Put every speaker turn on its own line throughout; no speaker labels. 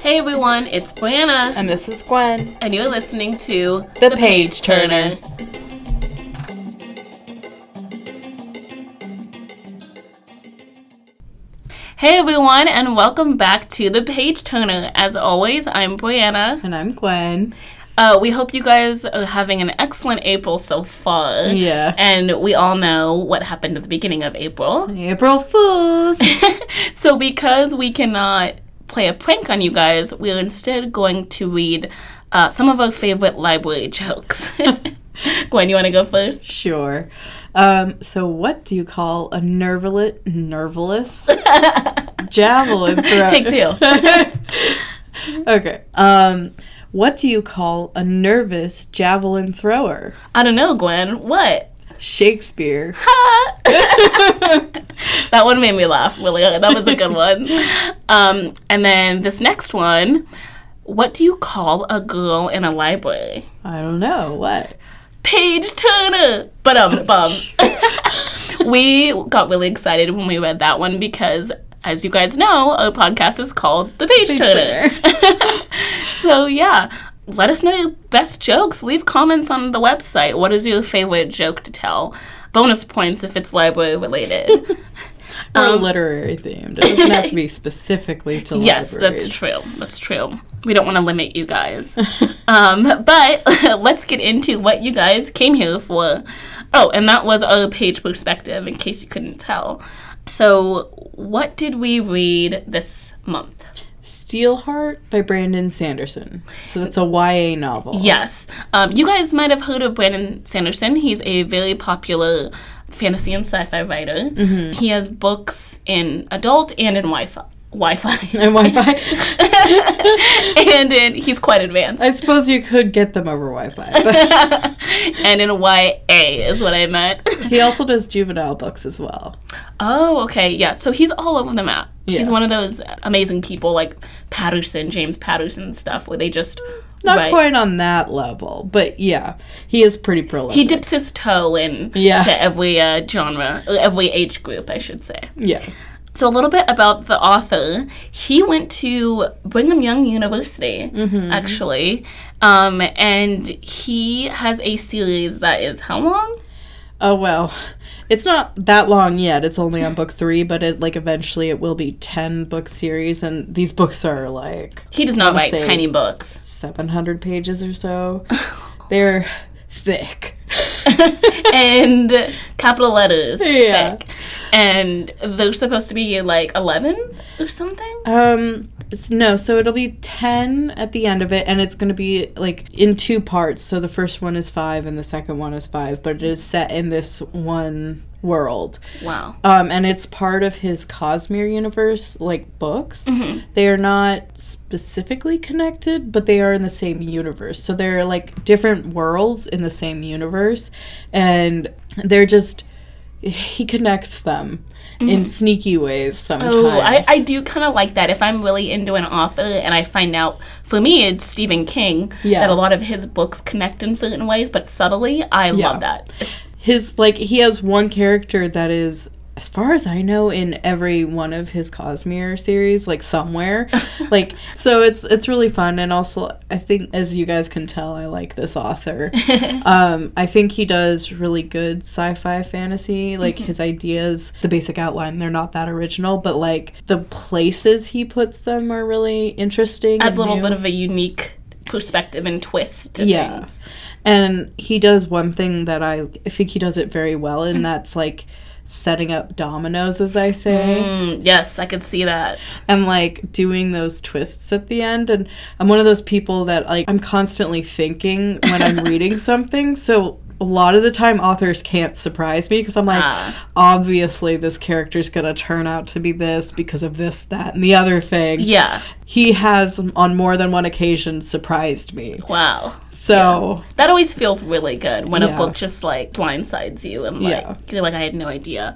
Hey everyone, it's Buena,
And this is Gwen.
and you're listening to
The Page Turner.
Hey everyone, and welcome back to The Page Turner. As always, I'm Brianna.
And I'm Gwen.
Uh, we hope you guys are having an excellent April so far.
Yeah.
And we all know what happened at the beginning of April.
April Fools.
So, because we cannot play a prank on you guys, we're instead going to read uh, some of our favorite library jokes. Gwen, you want to go first?
sure. Um, so what do you call a nervelet nerveless javelin throw?
Take two.
Okay. Um, what do you call a nervous javelin thrower?
I don't know, Gwen. What?
Shakespeare.
Ah! that one made me laugh really hard. That was a good one. Um, and then this next one what do you call a girl in a library?
I don't know. What?
Page Turner. But um bum. we got really excited when we read that one because as you guys know, our podcast is called The Page, Turner. so yeah, let us know your best jokes. Leave comments on the website. What is your favorite joke to tell? Bonus points if it's library related.
Or literary themed. It doesn't have to be specifically to
yes, that's
libraries.
true. That's true. We don't want to limit you guys. um, but let's get into what you guys came here for. Oh, and that was our page perspective, in case you couldn't tell. So, what did we read this month?
Steelheart by Brandon Sanderson. So that's a YA novel.
Yes. Um, you guys might have heard of Brandon Sanderson. He's a very popular fantasy and sci fi writer. He has books in adult and in Wi Fi. Wi-Fi,
And Wi-Fi.
and in, he's quite advanced.
I suppose you could get them over Wi-Fi. But
and in YA is what I meant.
he also does juvenile books as well.
oh, okay, yeah. So he's all over the map. He's
Yeah.
one of those amazing people like Patterson, James Patterson stuff, where they just
Not
write-
quite on that level, but yeah, he is pretty prolific.
He dips his toe in
Yeah.
to every uh, genre, or every age group, I should say.
yeah,
So a little bit about the author. He went to Brigham Young University,
Mm-hmm.
actually, um, and he has a series that is how long?
oh well, it's not that long yet. It's only on book three, but it like eventually it will be ten book series, and these books are like
He does not write
say-
tiny books.
seven hundred pages or so. They're thick.
and capital letters.
Yeah.
thick. And they're supposed to be like 11 or something?
Um, s- no, so it'll be 10 at the end of it, and it's going to be like in two parts. So the first one is five, and the second one is five, but it is set in this one world.
Wow.
Um, and it's part of his Cosmere universe, like books.
Mm-hmm.
They are not specifically connected, but they are in the same universe. So they're like different worlds in the same universe, and they're just, he connects them. In sneaky ways sometimes.
Mm-hmm. Oh, I, I do kind of like that. If I'm really into an author and I find out, for me, it's Stephen King,
Yeah.
that a lot of his books connect in certain ways, but subtly, I love that. It's,
his like he has one character that is as far as I know in every one of his Cosmere series like somewhere like so it's it's really fun and also I think as you guys can tell I like this author um I think he does really good sci-fi fantasy like
Mm-hmm.
his ideas the basic outline they're not that original but like the places he puts them are really interesting
adds
and
a little
new.
bit of a unique perspective and twist to
Yeah.
things.
And he does one thing that I I think he does it very well,
Mm.
and that's like setting up dominoes, as I say,
Mm, yes, I could see that.
and like doing those twists at the end. And I'm one of those people that like I'm constantly thinking when I'm reading something, so. A lot of the time, authors can't surprise me because I'm like,
Ah.
obviously, this character's gonna turn out to be this because of this, that, and the other thing.
Yeah.
He has, on more than one occasion, surprised me.
Wow.
So,
That always feels really good when a
Yeah.
book just like blindsides you and like
Yeah.
you're like I had no idea.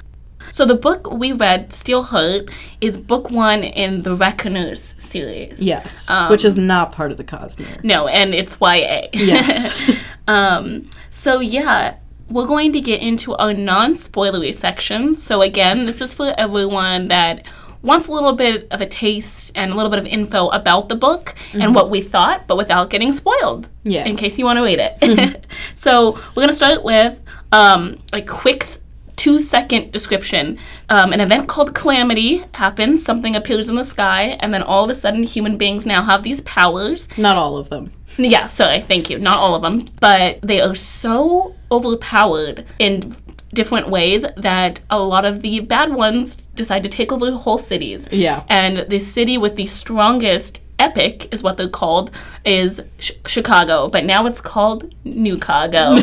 So the book we read, Steelheart, is book one in the Reckoners series.
Yes,
Um,
which is not part of the Cosmere.
No, and it's YA.
Yes.
um, so yeah, we're going to get into our non-spoilery section. So again, this is for everyone that wants a little bit of a taste and a little bit of info about the book and what we thought, but without getting spoiled.
Yeah.
In case you want to read it. so we're gonna start with um, a quick s- two second description. Um, an event called calamity happens. Something appears in the sky, and then all of a sudden, human beings now have these powers.
Not all of them.
Yeah, sorry, thank you. Not all of them, but they are so overpowered in different ways that a lot of the bad ones decide to take over whole cities.
Yeah.
And the city with the strongest epic is what they're called is sh- Chicago, but now it's called New Chicago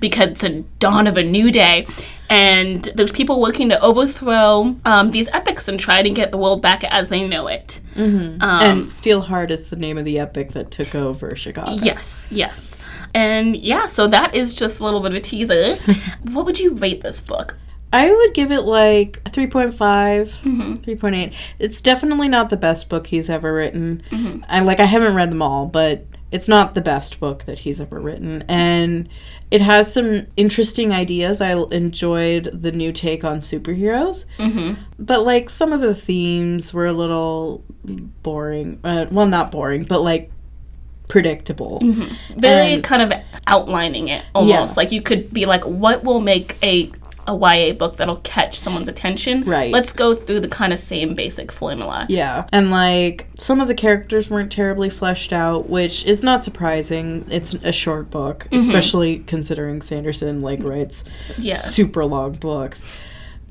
because it's a dawn of a new day. And there's people working to overthrow um, these epics and try to get the world back as they know it. Um,
Mm-hmm. and Steelheart is the name of the epic that took over Chicago.
Yes, yes. And yeah, so that is just a little bit of a teaser. what would you rate this book?
I would give it like a 3.5, 3.8. It's definitely not the best book he's ever written. I like I haven't read them all, but it's not the best book that he's ever written and it has some interesting ideas. I l- enjoyed the new take on superheroes. But like some of the themes were a little boring. Uh, well, not boring, but like predictable.
Very
And-
kind of outlining it almost.
Um, Yeah.
Like you could be like, what will make a a YA book that'll catch someone's attention?
Right.
Let's go through the kind of same basic formula.
Yeah. And like some of the characters weren't terribly fleshed out, which is not surprising. It's a short book, especially considering Sanderson like writes
Yeah.
super long books.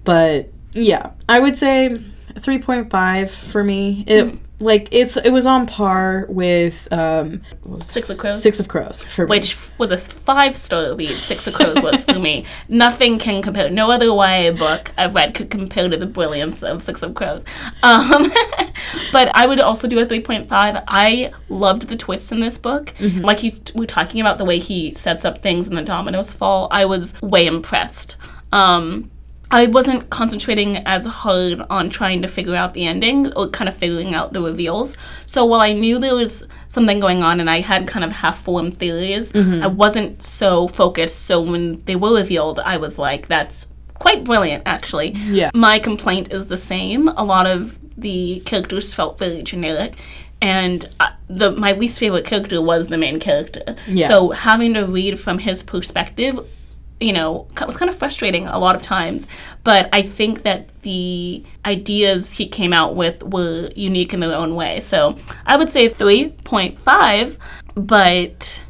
But yeah, I would say 3.5 for me. It like it's it was on par with um
Six of Crows.
Six of Crows for me.
which f- was a five star read, Six of Crows was for me. Nothing can compare. No other YA book I've read could compare to the brilliance of Six of Crows. Um, but I would also do a 3.5. I loved the twists in this book. Like you t- were talking about the way he sets up things and the dominoes fall, I was way impressed. Um, I wasn't concentrating as hard on trying to figure out the ending or kind of figuring out the reveals. So while I knew there was something going on and I had kind of half formed theories,
Mm-hmm.
I wasn't so focused. So when they were revealed, I was like, that's quite brilliant, actually.
Yeah.
My complaint is the same. A lot of the characters felt very generic. And uh, the my least favorite character was the main character.
Yeah.
So having to read from his perspective you know, it was kind of frustrating a lot of times. But I think that the ideas he came out with were unique in their own way. So I would say 3.5, but.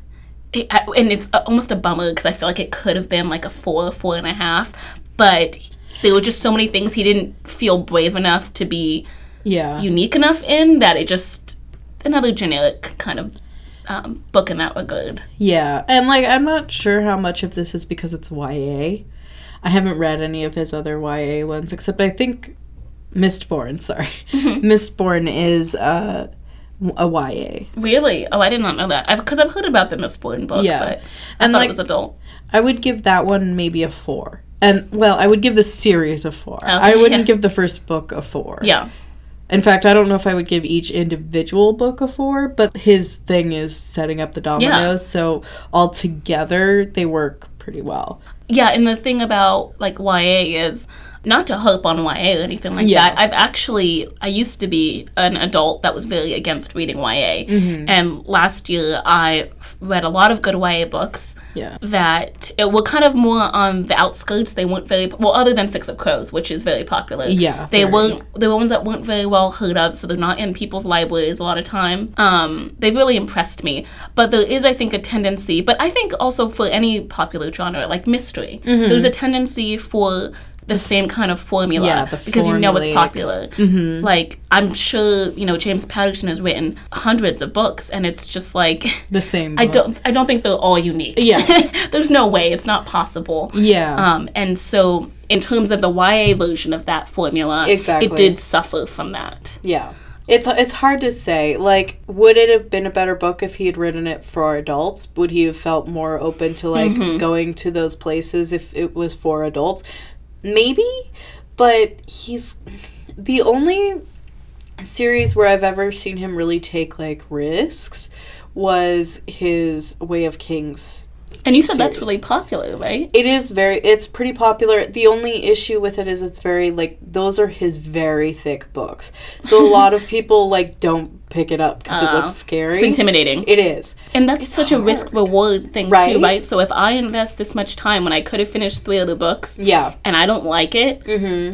It, I- and it's a- almost a bummer because I feel like it could have been like a four, four and a half, but there were just so many things he didn't feel brave enough to be
yeah.
unique enough in that it just another generic kind of um, book in that regard.
Yeah, and like I'm not sure how much of this is because it's YA. I haven't read any of his other YA ones except I think Mistborn, sorry.
Mm-hmm.
Mistborn is uh, a YA.
Really? Oh, I did not know that. I've because I've heard about the Miss Born book,
Yeah.
but I
And,
thought
like-
it was adult.
I would give that one maybe a 4. And well, I would give the series a 4. I wouldn't
Oh, yeah.
give the first book a 4.
Yeah,
In fact, I don't know if I would give each individual book a four, but his thing is setting up the dominoes, so altogether they work pretty well.
yeah. And the thing about like YA is not to harp on YA or anything like
Yeah.
that. I've actually I used to be an adult that was very against reading YA,
Mm-hmm.
and last year I f- read a lot of good YA books.
Yeah.
That it were kind of more on the outskirts. They weren't very well, other than Six of Crows, which is very popular.
Yeah,
they
very.
weren't. They were ones that weren't very well heard of, so they're not in people's libraries a lot of time. Um, they've really impressed me, but there is, I think, a tendency. But I think also for any popular genre like mystery,
Mm-hmm.
there's a tendency for the same kind of formula
Yeah, the
because you know it's
formulaic.
popular.
Mm-hmm.
Like I'm sure you know James Patterson has written hundreds of books, and it's just like.
The same.
I
book.
don't. I don't think they're all unique.
Yeah.
there's no way. It's not possible.
Yeah.
Um, and so, in terms of the YA version of that formula,
Exactly.
it did suffer from that.
Yeah. It's it's hard to say. Like, would it have been a better book if he had written it for adults? Would he have felt more open to like going to those places if it was for adults? Maybe, but he's the only series where I've ever seen him really take like risks was his Way of Kings
And you said
series.
that's really popular, right?
It is very. It's pretty popular. The only issue with it is it's very like those are his very thick books. So a lot of people like don't pick it up because it
Oh.
looks
It's
scary.
intimidating.
it is.
and that's such a risk reward thing,
Right?
too, right? So if I invest this much time when I could have finished three other books
Yeah. Mm-hmm.
and I don't like it,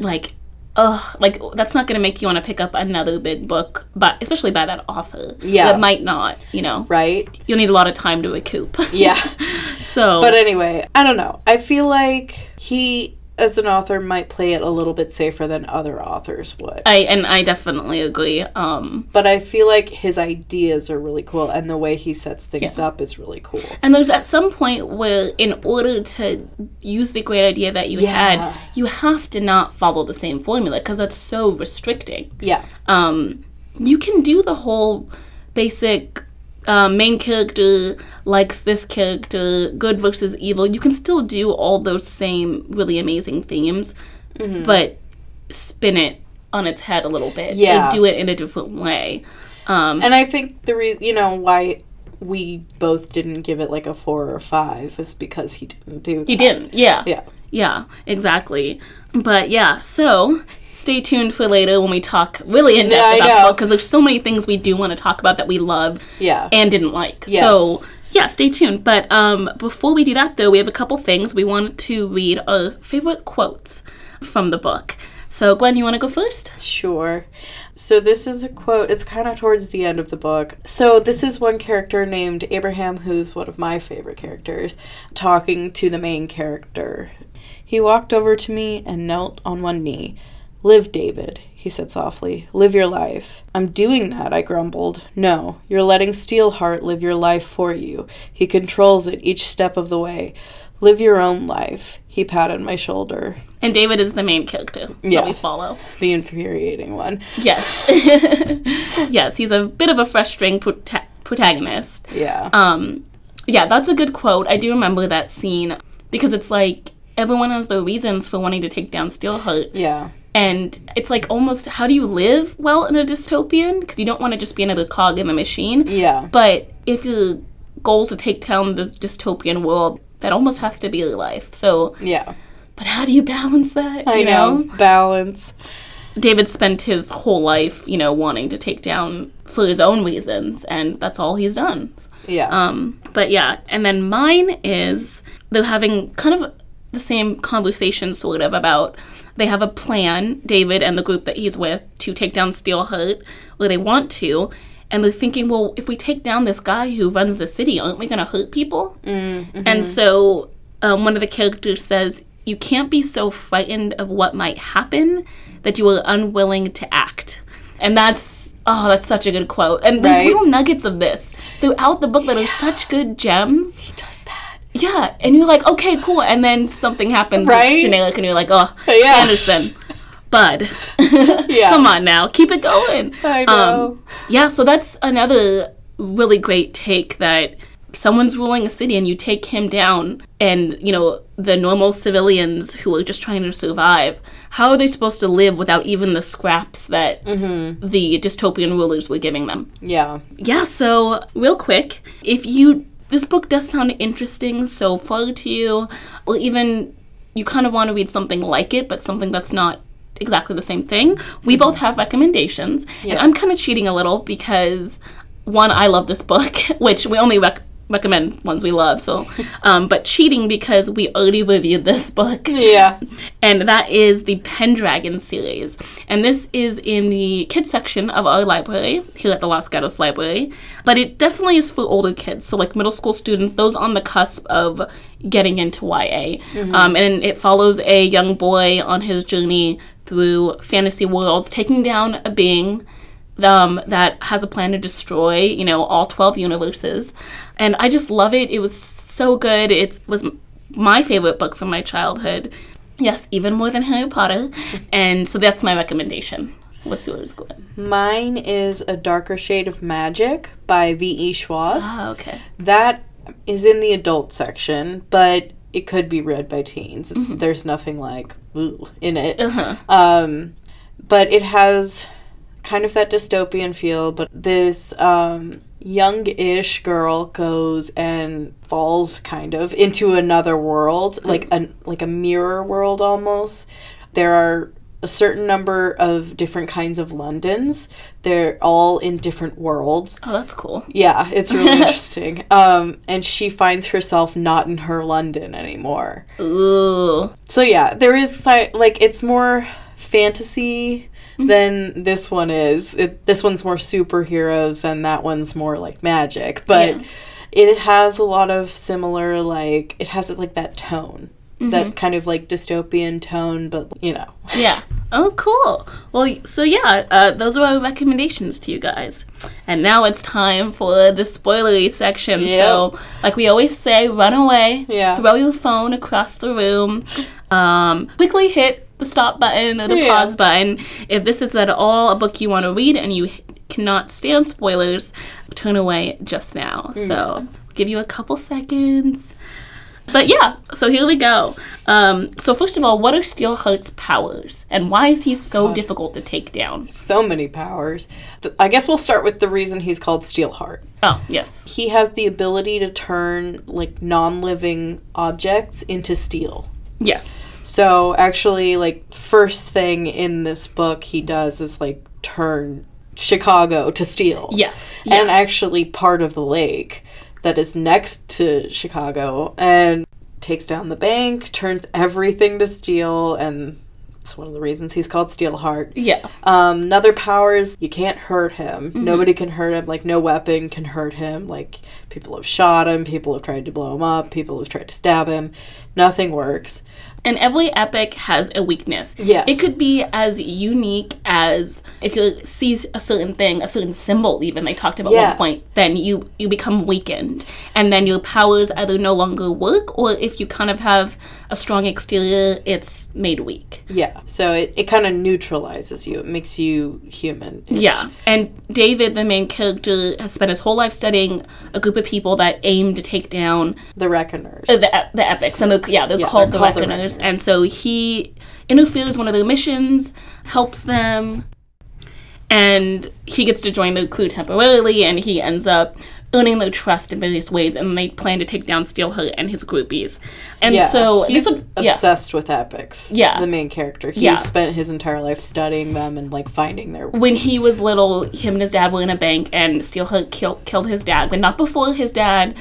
like, ugh, like that's not going to make you want to pick up another big book, but especially by that author.
Yeah.
That might not, you know.
Right.
You'll need a lot of time to recoup.
Yeah.
so,
But anyway, I don't know. I feel like he, as an author, might play it a little bit safer than other authors would.
I, and I definitely agree. Um,
But I feel like his ideas are really cool, and the way he sets things up is really cool.
And there's at some point where, in order to use the great idea that you
Yeah.
had, you have to not follow the same formula because that's so restricting.
Yeah.
Um, you can do the whole basic uh, main character likes this character, good versus evil. You can still do all those same really amazing themes,
Mm-hmm.
but spin it on its head a little bit. Like,
Yeah.
do it in a different way. Um,
And I think the reason, you know, why we both didn't give it like a four or five is because he didn't do that.
you didn't, yeah.
Yeah.
Yeah, exactly. But yeah, so stay tuned for later when we talk really in depth
Yeah, I
about the
know.
book because there's so many things we do want to talk about that we love
Yeah.
and didn't like.
Yes.
So yeah, stay tuned. But um, before we do that, though, we have a couple things we want to read our favorite quotes from the book. So Gwen, you want to go first?
Sure. So this is a quote. It's kind of towards the end of the book. So this is one character named Abraham, who's one of my favorite characters, talking to the main character. He walked over to me and knelt on one knee. Live, David, he said softly. Live your life. I'm doing that, I grumbled. No, you're letting Steelheart live your life for you. He controls it each step of the way. Live your own life, he patted my shoulder.
And David is the main character
Yeah.
that we follow.
The infuriating one.
Yes, yes, he's a bit of a frustrating prota- protagonist.
Yeah.
Um, yeah, that's a good quote. I do remember that scene because it's like everyone has their reasons for wanting to take down Steelheart,
yeah.
and it's like almost how do you live well in a dystopian? Because you don't want to just be another cog in the machine.
Yeah.
But if your goal is to take down the dystopian world, that almost has to be your life. So,
Yeah.
but how do you balance that?
I
you
know. Balance.
David spent his whole life, you know, wanting to take down for his own reasons, and that's all he's done.
Yeah.
Um, but yeah, and then mine is they're having kind of the same conversation, sort of, about they have a plan, David and the group that he's with, to take down Steelheart, where they want to. And they're thinking, well, if we take down this guy who runs the city, aren't we going to hurt people? And so um, one of the characters says, You can't be so frightened of what might happen that you are unwilling to act. And that's, oh, that's such a good quote. And there's
Right.
little nuggets of this throughout the book that are such good gems.
he does that.
Yeah. And you're like, Okay, cool. And then something happens
Right?
that's generic, and you're like, Oh,
Yeah.
Anderson. Bud, come on now, keep it going.
I
Um,
know.
yeah, so that's another really great take that someone's ruling a city and you take him down and, you know, the normal civilians who are just trying to survive, how are they supposed to live without even the scraps that
Mm-hmm.
the dystopian rulers were giving them?
yeah.
Yeah, so real quick, if you this book does sound interesting so far to you, or even you kind of want to read something like it, but something that's not exactly the same thing, we both have recommendations. And I'm kind of cheating a little because one, I love this book, which we only rec- recommend ones we love. So, um, but cheating because we already reviewed this book
Yeah.
and that is the Pendragon series. And this is in the kids section of our library here at the Los Gatos Library, but it definitely is for older kids, so like middle school students, those on the cusp of getting into YA. Um, and it follows a young boy on his journey through fantasy worlds, taking down a being um, that has a plan to destroy, you know, all 12 universes. And I just love it. It was so good. It was m- my favorite book from my childhood. Yes, even more than Harry Potter. And so that's my recommendation. What's yours, Gwen?
Mine is A Darker Shade of Magic by V.E. Schwab.
Oh, okay.
That is in the adult section, but it could be read by teens. It's, There's nothing like ooh in it.
Uh-huh.
Um, but it has kind of that dystopian feel, but this um, young-ish girl goes and falls kind of into another world, like a like a mirror world almost. There are a certain number of different kinds of Londons. They're all in different worlds.
Oh, that's cool.
Yeah, it's really interesting. Um, and she finds herself not in her London anymore.
Ooh.
So yeah, there is sci- like it's more fantasy than this one is. It, this one's more superheroes and that one's more like magic, but it has a lot of similar like it has like that tone. That kind of like dystopian tone, but you know,
Yeah. Oh, cool. Well, y- so yeah, uh, those are our recommendations to you guys. And now it's time for the spoilery section. So, like we always say, run away,
Yeah.
throw your phone across the room, um, quickly hit the stop button or the
Yeah.
pause button. If this is at all a book you want to read and you h- cannot stand spoilers, turn away just now.
Mm.
So, give you a couple seconds. But yeah, so here we go. Um, so first of all, what are Steelheart's powers, and why is he so difficult to take down?
so many powers. Th- I guess we'll start with the reason he's called Steelheart.
Oh yes,
He has the ability to turn like non living objects into steel.
yes,
So actually, like first thing in this book, he does is like turn Chicago to steel,
yes,
and actually part of the lake that is next to Chicago, and takes down the bank, turns everything to steel, and it's one of the reasons he's called Steelheart.
yeah,
Um, another power is you can't hurt him.
Mm-hmm.
Nobody can hurt him. Like no weapon can hurt him. Like people have shot him, people have tried to blow him up, people have tried to stab him. Nothing works.
And every epic has a weakness.
Yes.
It could be as unique as if you see a certain thing, a certain symbol even they talked about
Yeah.
one point, then you you become weakened. And then your powers either no longer work or if you kind of have a strong exterior, it's made weak.
Yeah. So it, it kind of neutralizes you. It makes you human.
Yeah. And David, the main character, has spent his whole life studying a group of people that aim to take down
The Reckoners.
the, ep- the epics. And they're, yeah, they're called the
they're called the
Reckoners.
Reckoners.
And so he interferes one of their missions, helps them, and he gets to join their crew temporarily. And he ends up earning their trust in various ways. And they plan to take down Steelheart and his groupies. And
yeah.
so
he's
this would, yeah.
obsessed with epics.
Yeah.
The main character. He
Yeah.
spent his entire life studying them and like finding their.
when he was little, him and his dad were in a bank, and Steelheart kill- killed his dad, but not before his dad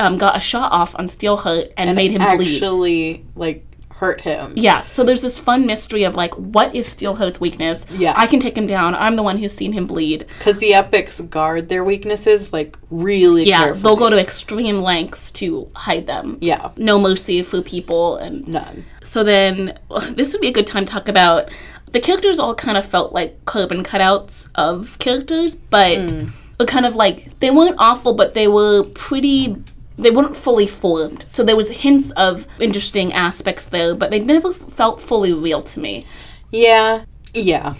um, got a shot off on Steelheart and, made him bleed.
Actually, like hurt him.
Yeah, so there's this fun mystery of like, what is Steelheart's weakness?
Yeah.
I can take him down. I'm the one who's seen him bleed.
Because the epics guard their weaknesses like really
Yeah,
carefully.
they'll go to extreme lengths to hide them.
Yeah.
No mercy for people, and
None.
So then, this would be a good time to talk about the characters. All kind of felt like carbon cutouts of characters, but were kind of like they weren't awful, but they were pretty. They weren't fully formed, so there was hints of interesting aspects there, but they never felt fully real to me.
Yeah. Yeah.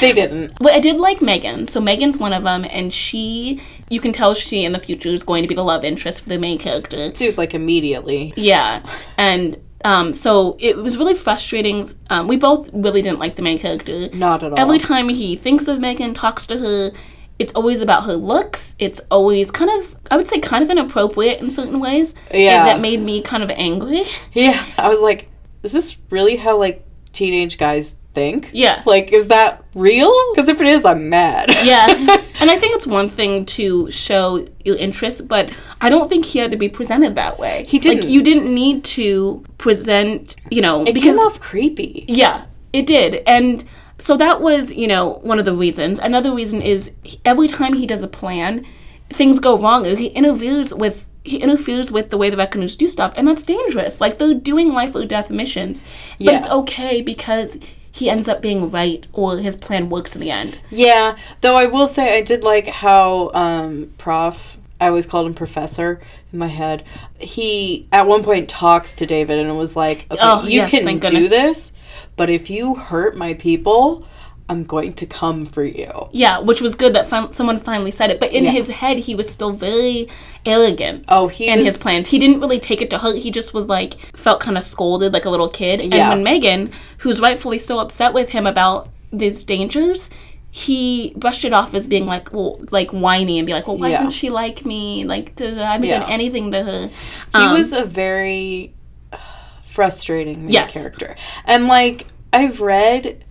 they didn't.
But I did like Megan. So Megan's one of them, and she, you can tell she in the future is going to be the love interest for the main character.
Dude, like immediately.
Yeah, and um, so it was really frustrating. Um, we both really didn't like the main character.
Not at all.
Every time he thinks of Megan, talks to her, it's always about her looks. It's always kind of, I would say, kind of inappropriate in certain ways.
Yeah.
And that made me kind of angry.
Yeah, I was like, is this really how like teenage guys think?
Yeah.
Like, is that real? Because if it is, I'm mad.
Yeah. and I think it's one thing to show your interest, but I don't think he had to be presented that way. He
didn't.
Like, you didn't need to present, you know,
it came off creepy.
Yeah, it did. And so that was, you know, one of the reasons. Another reason is he- every time he does a plan, things go wrong. He interferes with he interferes with the way the Reckoners do stuff, and that's dangerous. Like they're doing life or death missions, but it's
Yeah.
okay because he ends up being right or his plan works in the end.
Yeah, though I will say I did like how um, Prof. I always called him Professor in my head. He at one point talks to David and was like, "Okay,
Oh,
you
yes,
can
thank
do
goodness.
this, but if you hurt my people, I'm going to come for you."
Yeah, which was good that fin- someone finally said it. But in his head, he was still very arrogant.
Oh, he
and
was-
his plans. He didn't really take it to heart. He just was like felt kind of scolded like a little kid.
Yeah.
And when Megan, who's rightfully so upset with him about these dangers, he brushed it off as being like well, like whiny and be like, well, why
Yeah.
doesn't she like me? Like, da, da, da, I haven't
Yeah.
done anything to her.
He
Um,
was a very uh, frustrating main
Yes.
character. And like I've read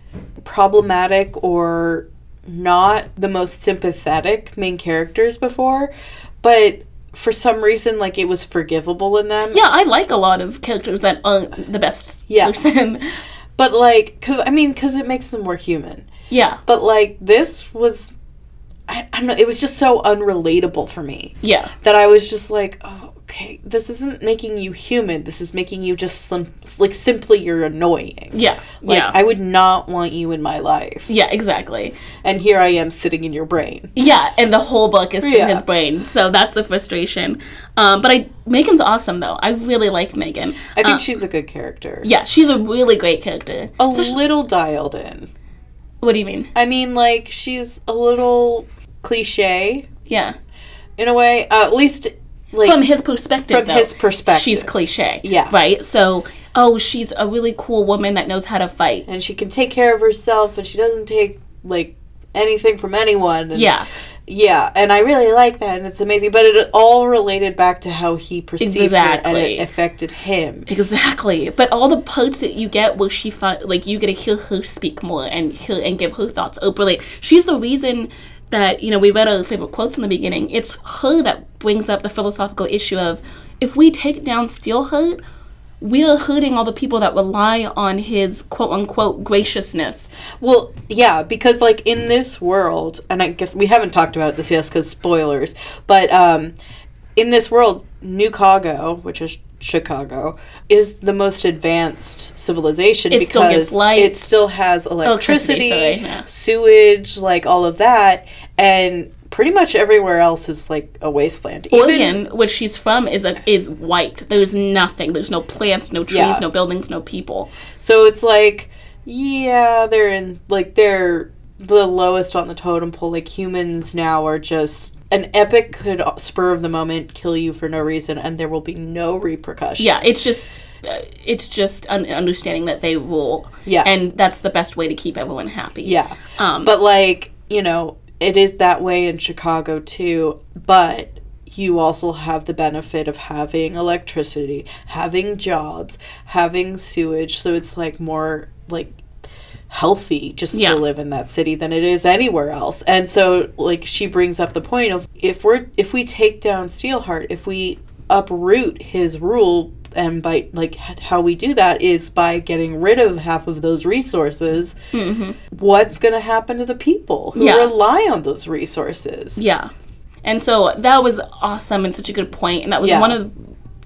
problematic or not the most sympathetic main characters before, but for some reason like it was forgivable in them.
yeah, I like a lot of characters that aren't the best
Yeah.
person.
But like cuz I mean cuz it makes them more human.
yeah,
But like this was I, I don't know, it was just so unrelatable for me
yeah,
that I was just like, oh, okay, this isn't making you human. This is making you just sim- like simply you're annoying.
yeah,
Like,
yeah,
I would not want you in my life.
yeah, exactly.
And here I am sitting in your brain.
Yeah, and the whole book is
Yeah.
in his brain, so that's the frustration. Um, but I Megan's awesome though. I really like Megan.
I think
Uh,
she's a good character.
yeah, she's a really great character.
A
So she-
little dialed in.
what do you mean?
Oh. I mean, like, she's a little cliche
Yeah,
in a way. Uh, at least, like,
from his perspective.
from
though,
his perspective.
she's cliche.
Yeah.
right. So oh, she's a really cool woman that knows how to fight.
and she can take care of herself and she doesn't take, like, anything from anyone. And
Yeah,
Yeah, and I really like that, and it's amazing. But it all related back to how he perceived her, and
Exactly.
it affected him.
exactly. But all the parts that you get where she fi- like you get to hear her speak more and hear and give her thoughts. Oh, brilliant! She's the reason that you know we read our favorite quotes in the beginning. It's her that brings up the philosophical issue of if we take down Steelheart. We are hurting all the people that rely on his quote unquote graciousness.
Well, yeah, because like in this world, and I guess we haven't talked about this yet because spoilers. But um, in this world, New Chicago, which is Chicago, is the most advanced civilization
It still gets lights. Oh,
it still has electricity,
Electricity, sorry, yeah.
sewage, like all of that, and pretty much everywhere else is like a wasteland. Even-
Oregon, which she's from, is a, is white. There's nothing. There's no plants, no trees,
Yeah.
no buildings, no people.
So it's like, yeah, they're in like they're the lowest on the totem pole. Like humans now are just an epic could spur of the moment kill you for no reason, and there will be no repercussions.
Yeah, it's just uh, it's just un- understanding that they rule.
Yeah.
and that's the best way to keep everyone happy.
yeah.
Um,
But like you know, it is that way in Chicago too. But you also have the benefit of having electricity, having jobs, having sewage. So it's like more like healthy just
Yeah.
to live in that city than it is anywhere else. And so like she brings up the point of if we're if we take down Steelheart, if we uproot his rule and by like h- how we do that is by getting rid of half of those resources. What's going to happen to the people who
Mm-hmm. Yeah.
rely on those resources?
yeah, and so that was awesome and such a good point, and that was
Yeah.
one of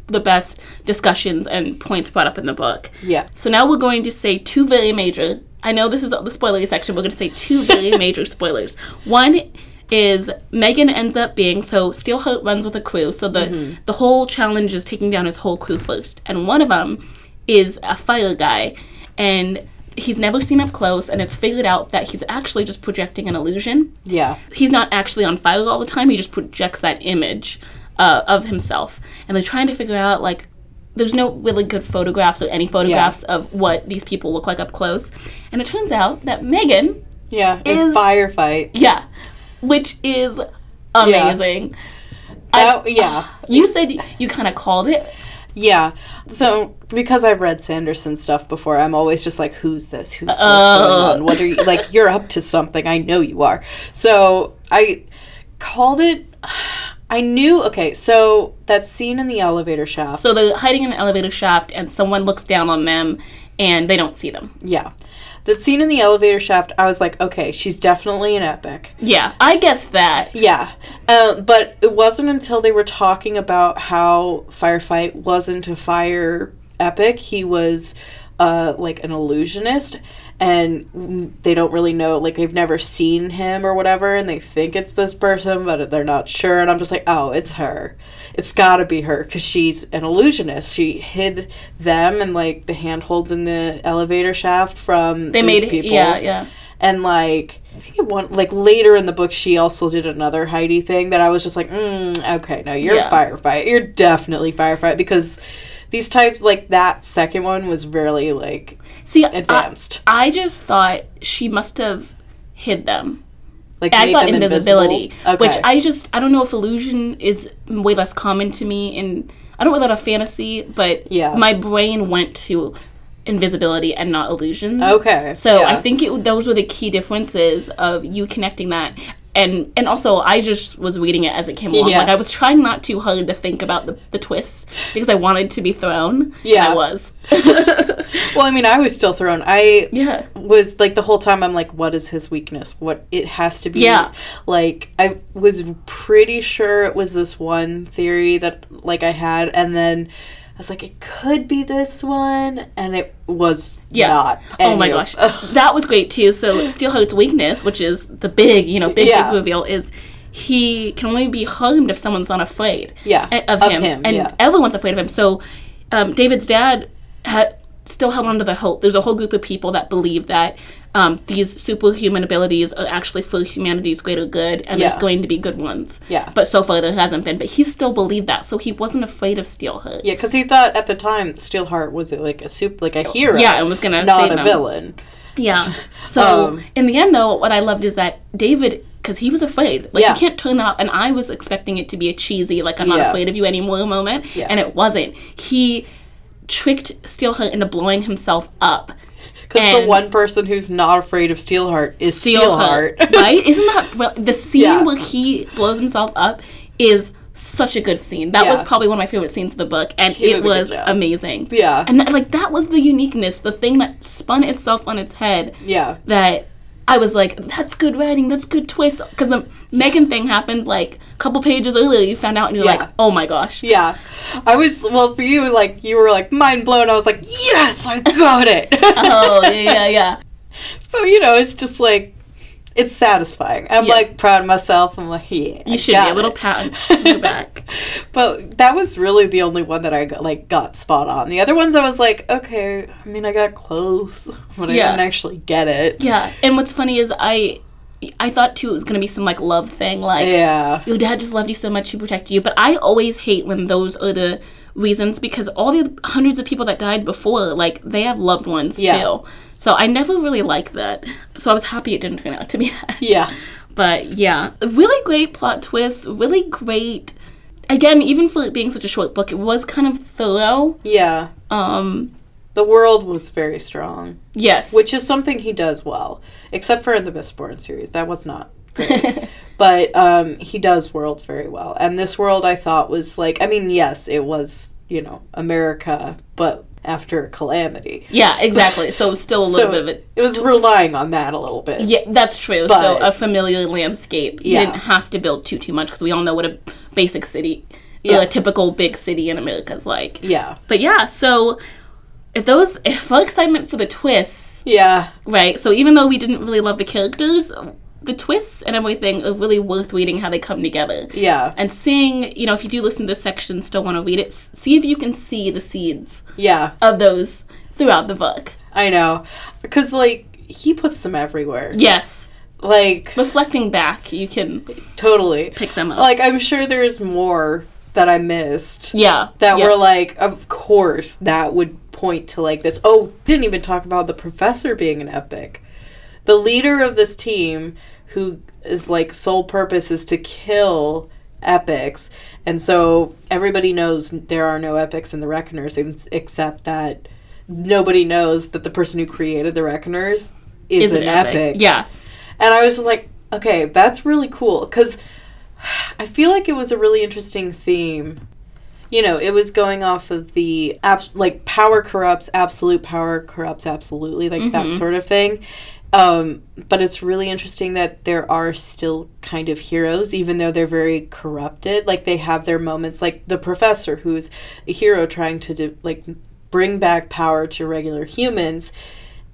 the best discussions and points brought up in the book.
Yeah.
So now we're going to say two very major. I know this is the spoilery section. We're going to say two very major spoilers. One is Megan ends up being so Steelheart runs with a crew. So the the whole challenge is taking down his whole crew first, and one of them is a fire guy, and he's never seen up close, and it's figured out that he's actually just projecting an illusion
Yeah.
he's not actually on fire all the time. He just projects that image uh, of himself, and they're trying to figure out like there's no really good photographs or any photographs of what these people look like up close. And it turns out that Megan,
Yeah. It's
Is-
firefight.
yeah, which is amazing.
That- yeah.
You said you kind of called it.
Yeah. So because I've read Sanderson stuff before, I'm always just like, who's this? Who's what's
Oh.
going on? What are you like? You're up to something. I know you are. So I called it. I knew. Okay. So that scene in the elevator shaft.
So they're hiding in an elevator shaft, and someone looks down on them, and they don't see them.
yeah. That scene in the elevator shaft. I was like, okay, she's definitely an epic.
Yeah, I guessed that.
Yeah, uh, but it wasn't until they were talking about how Firefight wasn't a fire epic. He was uh, like an illusionist, and mm, they don't really know, like, they've never seen him or whatever, and they think it's this person, but they're not sure. And I'm just like, oh, it's her. It's gotta be her, because she's an illusionist. She hid them and, like, the handholds in the elevator shaft from
They
these
made
people
yeah, yeah.
and like I think it one like later in the book she also did another Heidi thing that I was just like, mm, okay, no, you're
Yeah.
firefight, you're definitely firefight because these types like that second one was really like
See, I-
advanced.
I just thought she must have hid them.
Like
I
make
thought
them
invisibility,
invisible? Okay.
which I just I don't know if illusion is way less common to me, and I don't really love fantasy, but
Yeah.
my brain went to invisibility and not illusion.
Okay.
So I
Oh, yeah.
think it, those were the key differences of you connecting that. And, and also, I just was reading it as it came along.
Yeah.
Like, I was trying not too hard to think about the, the twists because I wanted to be thrown.
Yeah.
And I was.
Well, I mean, I was still thrown. I
yeah.
was like the whole time I'm like, what is his weakness? What it has to be.
Yeah.
Like I was pretty sure it was this one theory that like I had, and then I was like, it could be this one, and it was
Yeah.
not.
Oh
And
my
you-
gosh. that was great too. So Steelheart's weakness, which is the big, you know, big,
Yeah.
big reveal, is he can only be harmed if someone's not afraid.
Yeah,
a- Of,
of
him.
him,
And
yeah.
everyone's afraid of him. So um, David's dad had still held on to the hope. There's a whole group of people that believe that um, these superhuman abilities are actually for humanity's greater good and there's
Yeah.
going to be good ones.
Yeah.
But so far there hasn't been. But he still believed that. So he wasn't afraid of Steelheart.
Yeah, because he thought at the time Steelheart was like a soup, like a hero,
Yeah, and was gonna
not
save
a
them.
villain.
Yeah. So
Um,
in the end, though, what I loved is that David, because he was afraid, like
Yeah.
you can't turn that up. And I was expecting it to be a cheesy, like I'm not
Yeah.
afraid of you anymore moment,
Yeah.
and it wasn't. He tricked Steelheart into blowing himself up.
Because the
And-
one person who's not afraid of Steelheart is Steelheart.
Steelheart, right? Isn't that well, the scene
Yeah.
where he blows himself up is such a good scene. That was
Yeah.
probably one of my favorite scenes of the book, and
He did a
it
good
was
job.
amazing.
Yeah.
and that, like that was the uniqueness, the thing that spun itself on its head.
yeah,
that I was like, that's good writing, that's good twist. Because the Megan thing happened like a couple pages earlier, you found out, and you're
Yeah.
like, oh my gosh.
yeah. I was well for you. Like you were like mind blown. I was like, yes, I got it.
Oh, yeah, yeah, yeah.
So you know, it's just like it's satisfying. I'm
Yeah.
like proud of myself. I'm like, yeah, I
You should
got
be a little
it.
pat on your back.
But that was really the only one that I got, like got spot on. The other ones I was like, okay, I mean, I got close, but I
Yeah.
didn't actually get it.
Yeah. And what's funny is I. I thought too it was gonna be some like love thing, like
Yeah.
your dad just loved you so much he protected you. But I always hate when those are the reasons because all the hundreds of people that died before, like they have loved ones
Yeah.
too. So I never really liked that. So I was happy it didn't turn out to be that.
Yeah.
But yeah, really great plot twist, really great. Again, even for it being such a short book, it was kind of thorough.
Yeah.
Um,
The world was very strong,
yes.
which is something he does well, except for in the Mistborn series. That was not. great. but um, he does worlds very well. And this world I thought was like, I mean, yes, it was, you know, America, but after a calamity.
yeah, exactly. So it was still a little
So
bit of it.
it was relying on that a little bit.
Yeah, that's true. so
But-
a familiar landscape. You
Yeah.
didn't have to build too too much because we all know what a basic city,
Yeah.
or a typical big city in America is like.
Yeah.
But yeah, so if those if our excitement for the twists
Yeah.
Right. So even though we didn't really love the characters, the twists and everything are really worth reading how they come together.
Yeah.
And seeing, you know, if you do listen to this section, still want to read it, s- see if you can see the seeds
Yeah.
of those throughout the book.
I know. Because, like, he puts them everywhere.
Yes.
Like,
Reflecting back, you can
totally.
pick them up.
Like, I'm sure there's more that I missed.
yeah.
that
yeah.
were like, of course, that would point to like this. Oh, didn't even talk about the professor being an epic. The leader of this team, who is like sole purpose is to kill epics, and so everybody knows there are no epics in the Reckoners, ex- except that nobody knows that the person who created the Reckoners is,
Is
an
it
epic.
Yeah.
And I was just like, okay, that's really cool. Because I feel like it was a really interesting theme. You know, it was going off of the abs- like power corrupts, absolute power corrupts absolutely, like that
Mm-hmm.
sort of thing. Um, but it's really interesting that there are still kind of heroes, even though they're very corrupted. Like they have their moments, like the professor, who's a hero trying to do, like bring back power to regular humans,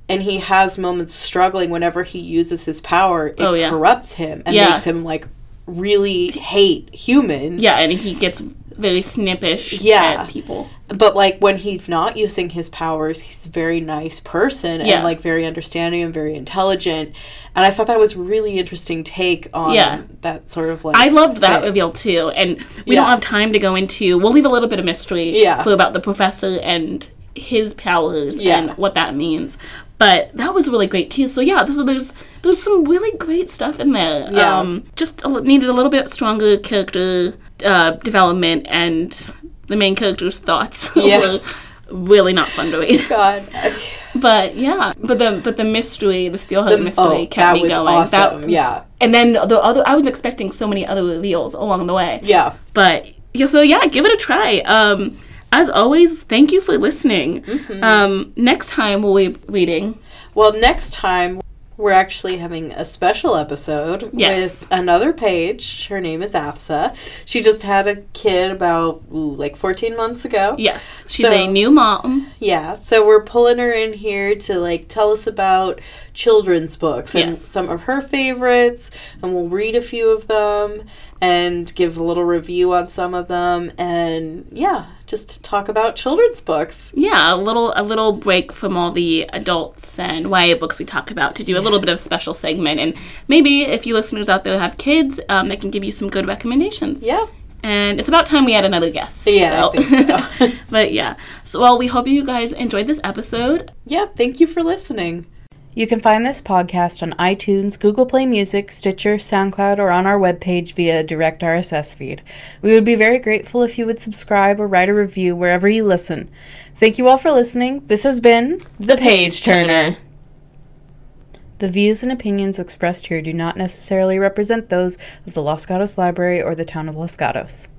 and he has moments struggling whenever he uses his power. It
Oh, yeah.
corrupts him and
Yeah.
makes him like really hate humans.
Yeah. And he gets very snippish
Yeah.
at people.
But like when he's not using his powers, he's a very nice person
Yeah.
and like very understanding and very intelligent. And I thought that was really interesting take on
Yeah.
that sort of like
I loved that
fit.
reveal too, and we
Yeah.
don't have time to go into. We'll leave a little bit of mystery
Yeah.
for about the professor and his powers
Yeah.
and what that means. But that was really great too. So yeah, so there's there's some really great stuff in there.
Yeah.
Um, just a, li- needed a little bit stronger character uh, development, and the main character's thoughts
Yeah.
were really not fun to read.
God.
But yeah, but the but the mystery, the Steelhead mystery,
Oh,
kept
that
me
was
going.
awesome.
That
yeah.
and then the other, I was expecting so many other reveals along the way.
Yeah.
But yeah, so yeah, give it a try. Um, as always, thank you for listening.
Mm-hmm.
Um, next time we'll be reading.
Well, next time we're actually having a special episode
Yes.
with another page. Her name is Afsa. She just had a kid about ooh, like 14 months ago.
Yes, she's
So-
a new mom.
Yeah, so we're pulling her in here to like tell us about children's books and
Yes.
some of her favorites, and we'll read a few of them and give a little review on some of them, and yeah, just talk about children's books.
Yeah, a little a little break from all the adults and YA books we talk about to do a little bit of special segment, and maybe if you listeners out there have kids, um, they can give you some good recommendations.
Yeah,
And it's about time we had another guest.
Yeah, I think so.
but yeah. So well, we hope you guys enjoyed this episode.
yeah, thank you for listening. You can find this podcast on iTunes, Google Play Music, Stitcher, SoundCloud, or on our webpage via direct RSS feed. We would be very grateful if you would subscribe or write a review wherever you listen. Thank you all for listening. This has been
The Page Turner.
The views and opinions expressed here do not necessarily represent those of the Los Gatos Library or the town of Los Gatos.